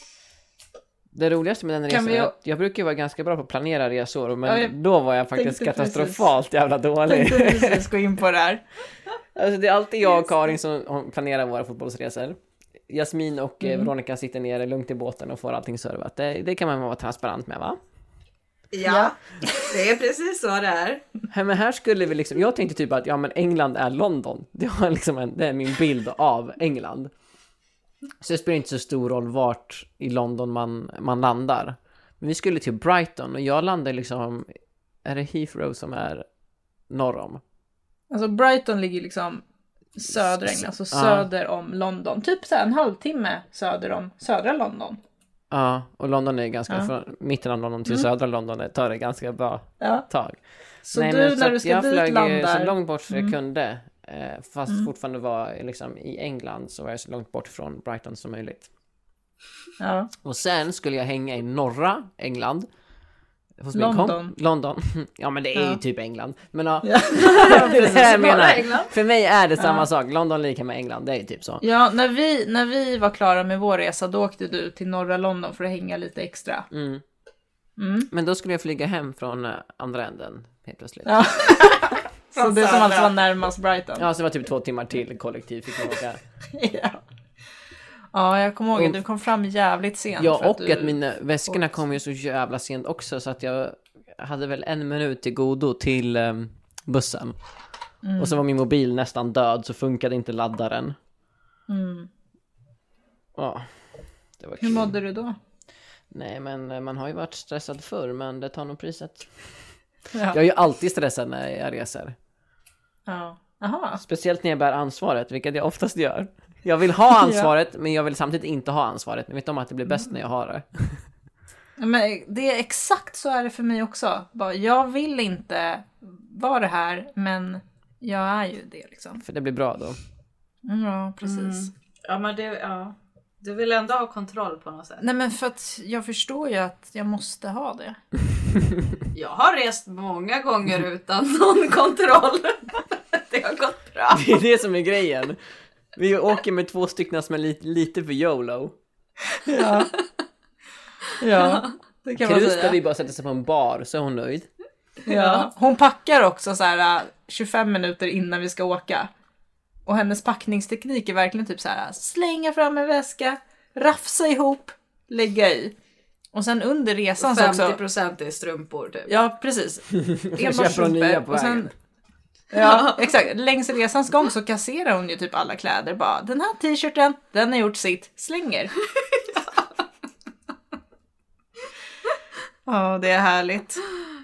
[SPEAKER 5] Det roligaste med den resan
[SPEAKER 6] vi-
[SPEAKER 5] är att jag brukar ju vara ganska bra på att planera resor, men
[SPEAKER 6] Ja, jag
[SPEAKER 5] då var jag faktiskt
[SPEAKER 6] tänkte precis.
[SPEAKER 5] katastrofalt jävla dålig.
[SPEAKER 6] Tänkte precis gå in på det här.
[SPEAKER 5] Alltså det är alltid jag och Karin som hon planerar våra fotbollsresor. Jasmin och
[SPEAKER 6] Mm.
[SPEAKER 5] eh, Veronica sitter nere lugnt i båten och får allting servat. Det, det kan man vara transparent med va?
[SPEAKER 4] Ja, det är precis så det är.
[SPEAKER 5] Här, men här skulle vi liksom, jag tänkte typ att ja men England är London. Det, var liksom en, det är min bild av England. Så det spelar inte så stor roll vart i London man, man landar. Men vi skulle till Brighton och jag landade liksom, är det Heathrow som är norr om?
[SPEAKER 6] Alltså Brighton ligger liksom söder England, alltså
[SPEAKER 5] Ja.
[SPEAKER 6] söder om London. Typ så här en halvtimme söder om södra London.
[SPEAKER 5] Ja, och London är ganska,
[SPEAKER 6] Ja.
[SPEAKER 5] från mitten av London till södra London det tar det ganska bra
[SPEAKER 6] Ja.
[SPEAKER 5] tag.
[SPEAKER 6] Så du
[SPEAKER 5] så
[SPEAKER 6] när
[SPEAKER 5] att
[SPEAKER 6] du ska
[SPEAKER 5] jag
[SPEAKER 6] dit
[SPEAKER 5] flög eh,
[SPEAKER 6] landar... Mm.
[SPEAKER 5] så långt bort som jag kunde. eh, Fast fortfarande var liksom i England så var jag så långt bort från Brighton som möjligt.
[SPEAKER 6] Ja.
[SPEAKER 5] Och sen skulle jag hänga i norra England. Hos min
[SPEAKER 6] London.
[SPEAKER 5] Kom- London. Ja men det är ju
[SPEAKER 6] Ja.
[SPEAKER 5] typ England. Men ja,
[SPEAKER 6] Ja.
[SPEAKER 5] det är det jag
[SPEAKER 4] Norra
[SPEAKER 5] menar.
[SPEAKER 4] England.
[SPEAKER 5] För mig är det samma sak. London lika med England, det är ju typ så.
[SPEAKER 6] Ja, när vi, när vi var klara med vår resa då åkte du till norra London för att hänga lite extra.
[SPEAKER 5] Mm.
[SPEAKER 6] Mm.
[SPEAKER 5] Men då skulle jag flyga hem från eh, andra änden helt plötsligt.
[SPEAKER 6] Ja. Så det som alltså var närmast Brighton.
[SPEAKER 5] Ja, så det var typ två timmar till kollektiv fick man åka.
[SPEAKER 6] Ja. Ja, jag kommer ihåg att du kom fram jävligt sent. för
[SPEAKER 5] Ja, och
[SPEAKER 6] du...
[SPEAKER 5] att mina väskorna kom ju så jävla sent också så att jag hade väl en minut till godo till ehm,
[SPEAKER 6] Mm.
[SPEAKER 5] bussen. Och så var min mobil nästan död så funkade inte laddaren.
[SPEAKER 6] Mm.
[SPEAKER 5] Ja. Det var
[SPEAKER 6] Hur
[SPEAKER 5] kul.
[SPEAKER 6] mådde du då?
[SPEAKER 5] Nej men eh, man har ju varit stressad förr men det tar nog priset. Jag är
[SPEAKER 6] Ja.
[SPEAKER 5] ju alltid stressad när jag reser.
[SPEAKER 6] Ja. Aha.
[SPEAKER 5] Speciellt när jag bär ansvaret, vilket jag oftast gör. Jag vill ha ansvaret men jag vill samtidigt inte ha ansvaret. Men vet om att det blir bäst när jag har det.
[SPEAKER 6] Men det är exakt så är det för mig också. Bara, Jag vill inte vara det här, men jag är ju det liksom.
[SPEAKER 5] För det blir bra då.
[SPEAKER 6] Mm, Ja, precis.
[SPEAKER 4] Ja men det, ja. Du vill ändå ha kontroll på något sätt.
[SPEAKER 6] Nej men för att jag förstår ju att jag måste ha det.
[SPEAKER 4] Jag har rest många gånger utan någon kontroll. Det har gått bra.
[SPEAKER 5] Det är det som är grejen. Vi åker med två stycken som är lite, lite för YOLO.
[SPEAKER 6] Ja. ja. Det kan man
[SPEAKER 5] Krus där vi
[SPEAKER 6] säga.
[SPEAKER 5] bara sätter sig på en bar så är hon nöjd.
[SPEAKER 6] Ja. Hon packar också så här äh, 25 minuter innan vi ska åka. Och hennes packningsteknik är verkligen typ så här slänga fram en väska, rafsa ihop, lägga i. Och sen under resan så också.
[SPEAKER 4] 50% är strumpor typ.
[SPEAKER 6] Ja, precis.
[SPEAKER 5] köper
[SPEAKER 6] Enbart
[SPEAKER 5] hon nya
[SPEAKER 6] strumpor.
[SPEAKER 5] på
[SPEAKER 6] Och sen,
[SPEAKER 5] vägen.
[SPEAKER 6] ja, exakt. Längs resans gång så kasserar hon ju typ alla kläder. Bara, den här t-shirten, den har gjort sitt, slänger. Ja, det är härligt.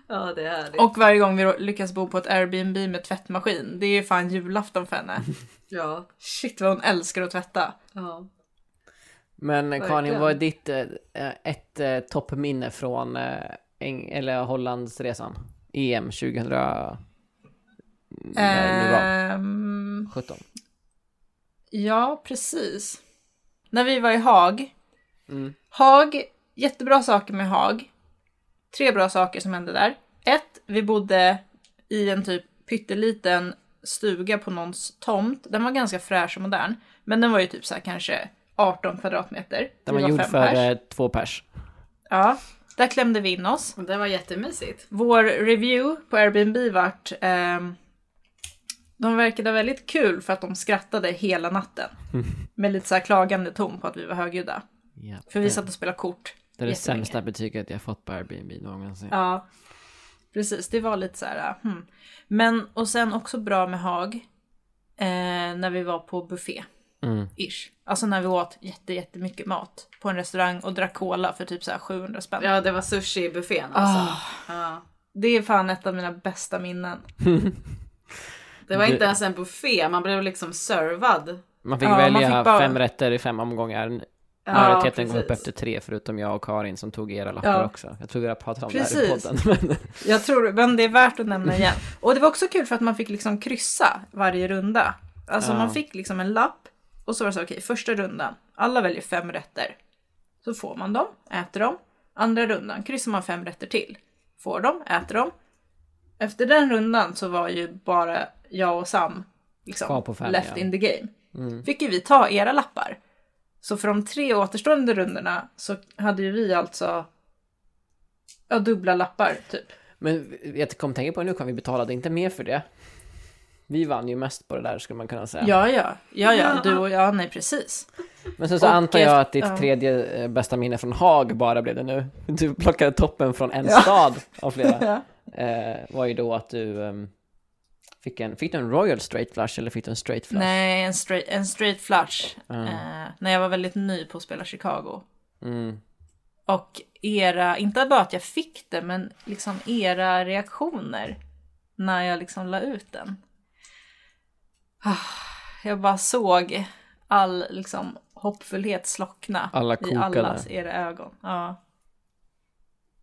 [SPEAKER 4] Ja det är
[SPEAKER 5] Typ.
[SPEAKER 4] härligt.
[SPEAKER 6] Och varje gång vi lyckas bo på ett Airbnb med tvättmaskin, det är ju fan julafton för henne.
[SPEAKER 4] Ja.
[SPEAKER 6] Shit vad hon älskar att tvätta.
[SPEAKER 4] ja.
[SPEAKER 5] Men eh, Karin,
[SPEAKER 4] Verkligen.
[SPEAKER 5] vad är ditt eh, eh, ett eh, toppminne från eh, Eng- eller Hollandsresan? EM 2000... När det nu var.
[SPEAKER 6] Ehm,
[SPEAKER 5] 17.
[SPEAKER 6] Ja, precis. När vi var i Haag.
[SPEAKER 5] Mm.
[SPEAKER 6] Haag, jättebra saker med Haag. Tre bra saker som hände där. Ett, vi bodde i en typ pytteliten stuga på någons tomt. Den var ganska fräsch och modern. Men den var ju typ så här kanske 18 kvadratmeter.
[SPEAKER 5] Den
[SPEAKER 6] Vi
[SPEAKER 5] var gjord
[SPEAKER 6] fem
[SPEAKER 5] för
[SPEAKER 6] pers.
[SPEAKER 5] eh, två pers.
[SPEAKER 6] Ja, där klämde vi in oss.
[SPEAKER 4] Och Det var jättemysigt.
[SPEAKER 6] Vår review på Airbnb vart... ehm, de verkade ha väldigt kul för att de skrattade hela natten. Med lite så här klagande ton på att vi var högljudda.
[SPEAKER 5] Ja.
[SPEAKER 6] För vi satt och spelade kort.
[SPEAKER 5] Det är det
[SPEAKER 6] jättelänge.
[SPEAKER 5] sämsta betyget jag fått på Airbnb någonsin.
[SPEAKER 6] Ja, precis. Det var lite så här... ah, Hmm. Men, och sen också bra med Haag. Eh, när vi var på buffé.
[SPEAKER 5] Mm.
[SPEAKER 6] Ish. Alltså när vi åt jätte, jättemycket mat på en restaurang och drack cola för typ så här 700 spänn.
[SPEAKER 4] Ja det var sushi i buffén alltså.
[SPEAKER 6] Ah,
[SPEAKER 4] Ja.
[SPEAKER 6] det är fan ett av mina bästa minnen.
[SPEAKER 4] Det var
[SPEAKER 5] Du-
[SPEAKER 4] inte ens en buffé, man blev liksom servad.
[SPEAKER 5] Man fick
[SPEAKER 6] Ja, man
[SPEAKER 5] välja
[SPEAKER 6] fick bara-
[SPEAKER 5] fem rätter i fem omgångar.
[SPEAKER 4] Ja,
[SPEAKER 5] Majoriteten går
[SPEAKER 4] precis.
[SPEAKER 5] upp efter tre, förutom jag och Karin som tog era lappar
[SPEAKER 6] Ja.
[SPEAKER 5] också. Jag tror vi har pratat om det här i
[SPEAKER 6] Precis.
[SPEAKER 5] podden. Men...
[SPEAKER 6] Jag tror, men det är värt att nämna igen. Och det var också kul för att man fick liksom kryssa varje runda. Alltså
[SPEAKER 5] Ja.
[SPEAKER 6] man fick liksom en lapp och så var det så okej, första rundan, alla väljer fem rätter. Så får man dem, äter dem. Andra rundan kryssar man fem rätter till. Får dem, äter dem. Efter den rundan så var ju bara jag och Sam
[SPEAKER 5] Kvar
[SPEAKER 6] liksom
[SPEAKER 5] på fem, Mm.
[SPEAKER 6] left
[SPEAKER 5] ja.
[SPEAKER 6] in the game. Fick ju vi ta era lappar. Så för de tre återstående rundorna så hade ju vi alltså ja, dubbla lappar typ.
[SPEAKER 5] Men jag kom att tänka på det nu, kan vi betalade inte mer för det. Vi vann ju mest på det där skulle man kunna säga.
[SPEAKER 6] Ja, ja, ja, ja, du och jag, nej precis.
[SPEAKER 5] Men sen så
[SPEAKER 6] Och
[SPEAKER 5] antar jag att ditt
[SPEAKER 6] efter- ja.
[SPEAKER 5] tredje eh, bästa minne från Haag bara blev det nu. Du plockade toppen från en stad av flera. Eh, var ju då att du ehm, fick, en, fick du en Royal Straight Flush eller fick du en Straight Flush?
[SPEAKER 6] Nej, en straight, en straight flush. Eh, när jag var väldigt ny på att spela Chicago.
[SPEAKER 5] Mm.
[SPEAKER 6] Och era, inte bara att jag fick det, men liksom era reaktioner när jag liksom la ut den. Ah, Jag bara såg all liksom hoppfullhet slockna
[SPEAKER 5] Alla
[SPEAKER 6] i
[SPEAKER 5] kokade.
[SPEAKER 6] allas era ögon. Ja.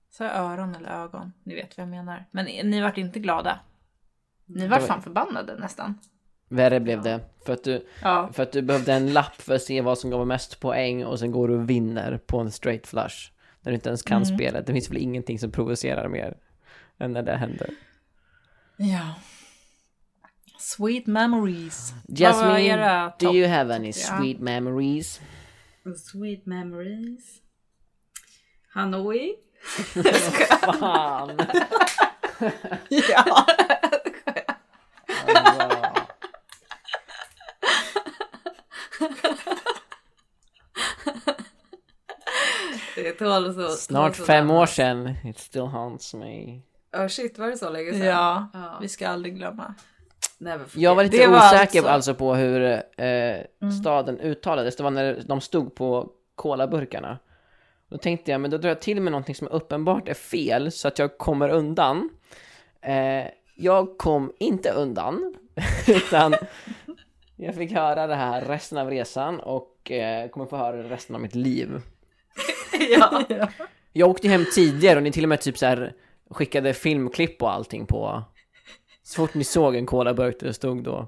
[SPEAKER 6] Så jag öron eller ögon? Ni vet vad jag menar. Men ni, ni vart inte glada. Ni vart
[SPEAKER 5] Det var-
[SPEAKER 6] fan förbannade nästan.
[SPEAKER 5] Värre blev det. För att, du,
[SPEAKER 6] Ja.
[SPEAKER 5] för att du behövde en lapp för att se vad som gav mest poäng och sen går du och vinner på en Straight Flush. När du inte ens kan
[SPEAKER 6] Mm.
[SPEAKER 5] spelet. Det finns väl ingenting som provocerar mer än när det händer.
[SPEAKER 6] Ja. Sweet memories. Vad var era
[SPEAKER 5] Jasmine, do
[SPEAKER 6] topp?
[SPEAKER 5] you have any sweet memories?
[SPEAKER 4] Sweet memories. Hanoi.
[SPEAKER 5] Fan!
[SPEAKER 6] Ja.
[SPEAKER 4] Det tål så.
[SPEAKER 5] Snart
[SPEAKER 4] tål så-
[SPEAKER 5] fem år sedan. It still haunts me.
[SPEAKER 4] Ja shit var det så länge sedan?
[SPEAKER 6] ja,
[SPEAKER 4] Ja.
[SPEAKER 6] vi ska aldrig glömma.
[SPEAKER 4] Never forget.
[SPEAKER 5] Jag var lite
[SPEAKER 6] Det var
[SPEAKER 5] osäker
[SPEAKER 6] alltså- Mm.
[SPEAKER 5] alltså... på hur eh, staden uttalades. Det var när de stod på kolaburkarna. Då tänkte jag, men då drar jag till med någonting som uppenbart är fel så att jag kommer undan. Eh, jag kom inte undan, utan jag fick höra det här resten av resan och eh, kommer få höra det resten av mitt liv.
[SPEAKER 4] ja.
[SPEAKER 5] Jag åkte hem tidigare och ni till och med typ så här skickade filmklipp och allting på... Så fort ni såg en colaburk där det stod då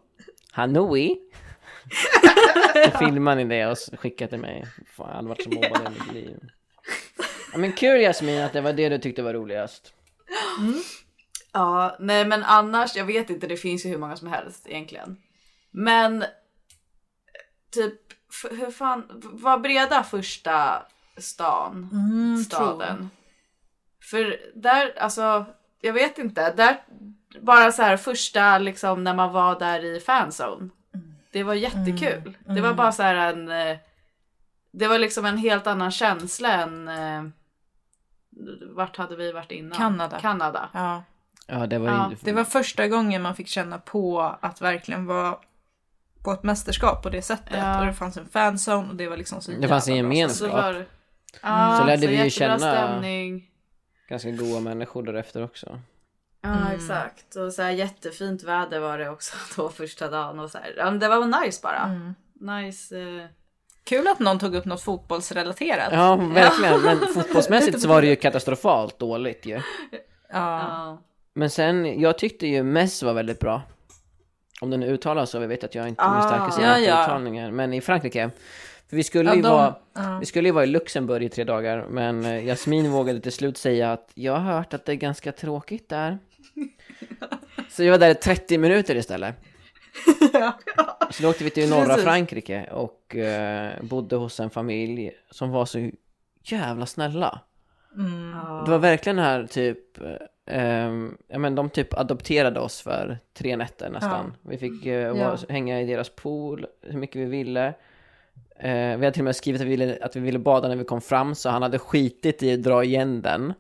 [SPEAKER 5] Hanoi. så filmade ni det och skickade till mig. Fan, jag hade varit så mobbad i mitt liv. Ja, men kul Jasmin att det var det du tyckte var roligast.
[SPEAKER 4] ja, nej men annars, jag vet inte, det finns ju hur många som helst egentligen. Men typ, f- hur fan, var Breda första stan?
[SPEAKER 5] Mm,
[SPEAKER 6] Mm,
[SPEAKER 4] staden. För där, alltså, jag vet inte. Där, bara så här första liksom när man var där i fanzone.
[SPEAKER 6] Mm.
[SPEAKER 4] Det var jättekul. Det var bara så här en, eh, det var liksom en helt annan känsla än, eh, vart hade vi varit innan?
[SPEAKER 6] Kanada.
[SPEAKER 4] Kanada.
[SPEAKER 6] Ja.
[SPEAKER 5] Ja, det var
[SPEAKER 4] Ja,
[SPEAKER 5] ju...
[SPEAKER 6] Det var första gången man fick känna på att verkligen vara på ett mästerskap på det sättet.
[SPEAKER 4] Ja.
[SPEAKER 6] Och det fanns en fanzone och det var liksom så
[SPEAKER 5] Det fanns en
[SPEAKER 6] jävla bra.
[SPEAKER 5] gemenskap.
[SPEAKER 4] Så Alltså, var
[SPEAKER 6] Mm.
[SPEAKER 4] det. Ja,
[SPEAKER 5] Så lärde vi ju
[SPEAKER 4] jättebra
[SPEAKER 5] känna-
[SPEAKER 4] stämning.
[SPEAKER 5] Ganska goa människor därefter också.
[SPEAKER 4] Ja
[SPEAKER 6] Mm.
[SPEAKER 4] exakt. Och så här jättefint väder var det också då första dagen. Och så här. Ja, men det var nice bara.
[SPEAKER 6] Mm.
[SPEAKER 4] Nice. eh,
[SPEAKER 6] Kul att någon tog upp något fotbollsrelaterat.
[SPEAKER 5] Ja, verkligen. Men fotbollsmässigt så var det ju katastrofalt dåligt ju.
[SPEAKER 6] Ja.
[SPEAKER 4] ja.
[SPEAKER 5] Men sen, jag tyckte ju Mess var väldigt bra. Om den nu uttalas så, jag vet att jag inte är min starka sida
[SPEAKER 6] Ah. ja,
[SPEAKER 5] på
[SPEAKER 6] ja.
[SPEAKER 5] uttalningar. Men i Frankrike. För vi skulle,
[SPEAKER 6] Ja,
[SPEAKER 5] ju
[SPEAKER 6] de-
[SPEAKER 5] vara,
[SPEAKER 6] ja.
[SPEAKER 5] vi skulle ju vara i Luxemburg i tre dagar, men eh, Jasmin vågade till slut säga att jag har hört att det är ganska tråkigt där. Så jag var där i 30 minuter istället. Så då åkte vi till norra
[SPEAKER 4] Precis.
[SPEAKER 5] Frankrike och eh, bodde hos en familj som var så jävla snälla. Det var verkligen här typ, ehm, ja men de typ adopterade oss för tre nätter nästan. Vi fick eh, vara, hänga i deras pool hur mycket vi ville. Eh, vi hade till och med skrivit att vi, ville, att vi ville bada när vi kom fram så han hade skitit i att dra igen den.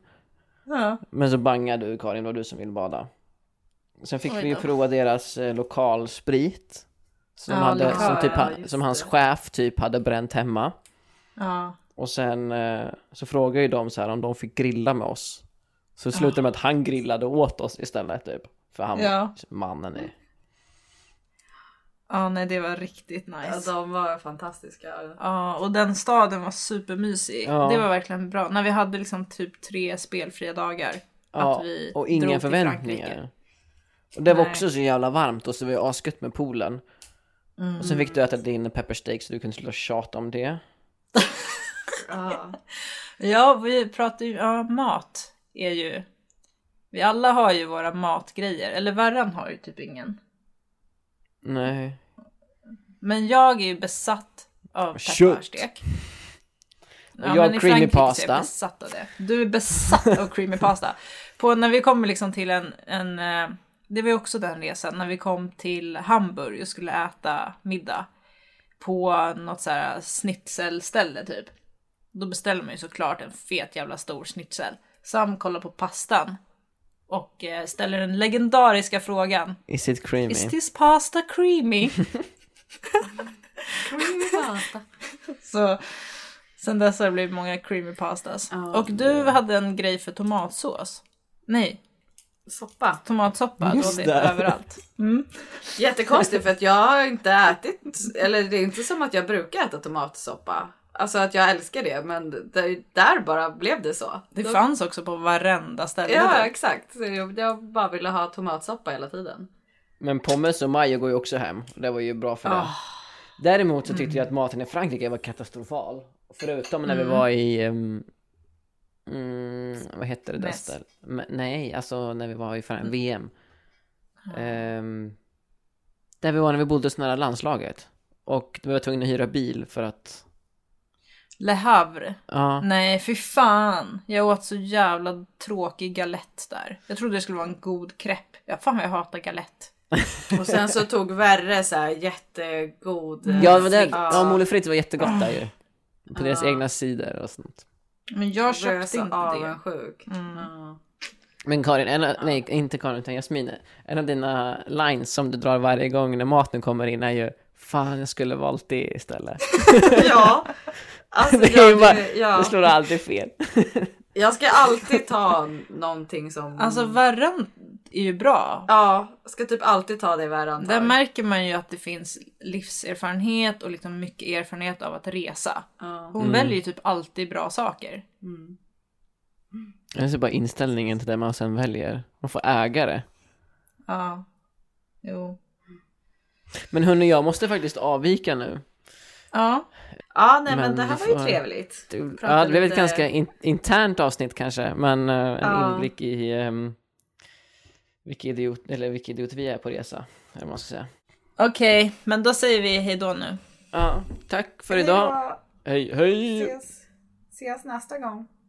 [SPEAKER 6] Ja.
[SPEAKER 5] Men så bangade du Karin, det var du som ville bada. Sen fick
[SPEAKER 6] Oj
[SPEAKER 5] vi ju
[SPEAKER 6] då.
[SPEAKER 5] prova deras eh, lokalsprit. Som,
[SPEAKER 6] Ja,
[SPEAKER 5] hade,
[SPEAKER 6] lokal,
[SPEAKER 5] som, typ,
[SPEAKER 4] ja,
[SPEAKER 5] ha-
[SPEAKER 4] just
[SPEAKER 5] som hans
[SPEAKER 4] det.
[SPEAKER 5] chef typ hade bränt hemma.
[SPEAKER 6] Ja.
[SPEAKER 5] Och sen eh, så frågade ju de så här om de fick grilla med oss. Så det slutade med att han grillade åt oss istället typ. För han,
[SPEAKER 6] Ah. Ja.
[SPEAKER 5] mannen är...
[SPEAKER 6] ja, nej det var riktigt nice.
[SPEAKER 4] Ja, de var fantastiska.
[SPEAKER 6] Ja, och den staden var supermysig.
[SPEAKER 5] Ja.
[SPEAKER 6] Det var verkligen bra. När vi hade liksom typ tre spelfria dagar.
[SPEAKER 5] Ja,
[SPEAKER 6] att vi
[SPEAKER 5] och
[SPEAKER 6] drog
[SPEAKER 5] inga
[SPEAKER 6] till Frankrike.
[SPEAKER 5] förväntningar. Och det var
[SPEAKER 6] Nej.
[SPEAKER 5] också så jävla varmt och så var det asgött med poolen. Och sen fick du
[SPEAKER 6] Mm.
[SPEAKER 5] äta din peppersteak så du kunde sluta tjata om det.
[SPEAKER 4] Ja.
[SPEAKER 6] Ja, vi pratar ju, ja mat är ju, vi alla har ju våra matgrejer. Eller Värran har ju typ ingen.
[SPEAKER 5] Nej.
[SPEAKER 6] Men jag är ju besatt av
[SPEAKER 5] Kött.
[SPEAKER 6] pepparstek. Ja,
[SPEAKER 5] jag
[SPEAKER 6] men
[SPEAKER 5] creamy
[SPEAKER 6] i Frankrike så är
[SPEAKER 5] pasta.
[SPEAKER 6] Jag besatt av det. Du är besatt av creamy pasta. På när vi kommer liksom till en, en eh, det var ju också den resan, när vi kom till Hamburg och skulle äta middag på något så här schnitzelställe typ. Då beställer man ju såklart en fet jävla stor schnitzel. Sam kollar på pastan och eh, ställer den legendariska frågan
[SPEAKER 5] Is it creamy?
[SPEAKER 6] Is this pasta creamy? Så sen dess har det blivit många creamy pastas.
[SPEAKER 4] Ja.
[SPEAKER 6] och du hade en grej för tomatsås. Nej,
[SPEAKER 4] Soppa.
[SPEAKER 6] tomatsoppa.
[SPEAKER 5] Just
[SPEAKER 6] då det
[SPEAKER 5] det.
[SPEAKER 6] överallt. Mm.
[SPEAKER 4] Jättekonstigt för att jag har inte ätit, eller det är inte som att jag brukar äta tomatsoppa. Alltså att jag älskar det men det, där bara blev det så.
[SPEAKER 6] Det
[SPEAKER 4] Då-
[SPEAKER 6] fanns också på varenda ställe. Typ
[SPEAKER 4] Ja
[SPEAKER 6] där.
[SPEAKER 4] exakt, Så jag, jag bara ville ha tomatsoppa hela tiden.
[SPEAKER 5] Men pommes och majo går ju också hem. och Det var ju bra för det. Däremot så tyckte jag att maten i Frankrike var katastrofal. Förutom när vi var i... Um, mm, vad hette det där
[SPEAKER 6] Metz.
[SPEAKER 5] stället? Me- Nej, alltså när vi var i Fran- VM. Ehm, där vi var när vi bodde så nära landslaget. Och vi var tvungna att hyra bil för att...
[SPEAKER 6] Le Havre.
[SPEAKER 5] Ja.
[SPEAKER 6] Nej, fy fan. Jag åt så jävla tråkig galett där. Jag trodde det skulle vara en god crepe. Ja, fan vad jag hatar galett.
[SPEAKER 4] Och sen så tog Verre så här jättegod... eh,
[SPEAKER 5] Mm. Ja, men det,
[SPEAKER 4] Ja.
[SPEAKER 5] ja, Mole Frites var jättegott där ju. På deras egna sidor och sånt.
[SPEAKER 6] Men jag
[SPEAKER 4] Jag blev
[SPEAKER 6] köpte
[SPEAKER 4] så
[SPEAKER 6] inte det.
[SPEAKER 5] Mm.
[SPEAKER 4] avundsjuk. Ja.
[SPEAKER 5] Men Karin, en av, nej inte Karin utan Jasmin, en av dina lines som du drar varje gång när maten kommer in är ju Fan, jag skulle valt det istället.
[SPEAKER 4] Ja. Alltså,
[SPEAKER 5] Det är ju
[SPEAKER 4] jag,
[SPEAKER 5] bara,
[SPEAKER 4] ja.
[SPEAKER 5] Du slår alltid fel.
[SPEAKER 4] jag ska alltid ta någonting som...
[SPEAKER 6] Alltså värran är ju bra.
[SPEAKER 4] ja, jag ska typ alltid ta det varann
[SPEAKER 6] Där
[SPEAKER 4] tar.
[SPEAKER 6] märker man ju att det finns livserfarenhet och liksom mycket erfarenhet av att resa.
[SPEAKER 4] Ja.
[SPEAKER 6] Hon väljer ju typ alltid bra saker.
[SPEAKER 5] Jag ser bara inställningen till det man sen väljer. Man får ägare.
[SPEAKER 6] Ja. Jo.
[SPEAKER 5] Men hörni, jag måste faktiskt avvika nu.
[SPEAKER 6] Ja.
[SPEAKER 4] Ja, nej men,
[SPEAKER 5] Men
[SPEAKER 4] det här
[SPEAKER 5] vi
[SPEAKER 4] var ju
[SPEAKER 5] får-
[SPEAKER 4] trevligt.
[SPEAKER 5] Det,
[SPEAKER 4] Prata
[SPEAKER 5] ja, det blev ett
[SPEAKER 4] lite-
[SPEAKER 5] ganska in, internt avsnitt kanske, men eh, en
[SPEAKER 4] Ja.
[SPEAKER 5] inblick i um, vilka, idiot, eller vilka idioter vi är på resa. Eller vad man ska säga.
[SPEAKER 6] Okej, men då säger vi hejdå nu.
[SPEAKER 5] Ja, tack för idag. Hej, hej!
[SPEAKER 4] Ses nästa gång.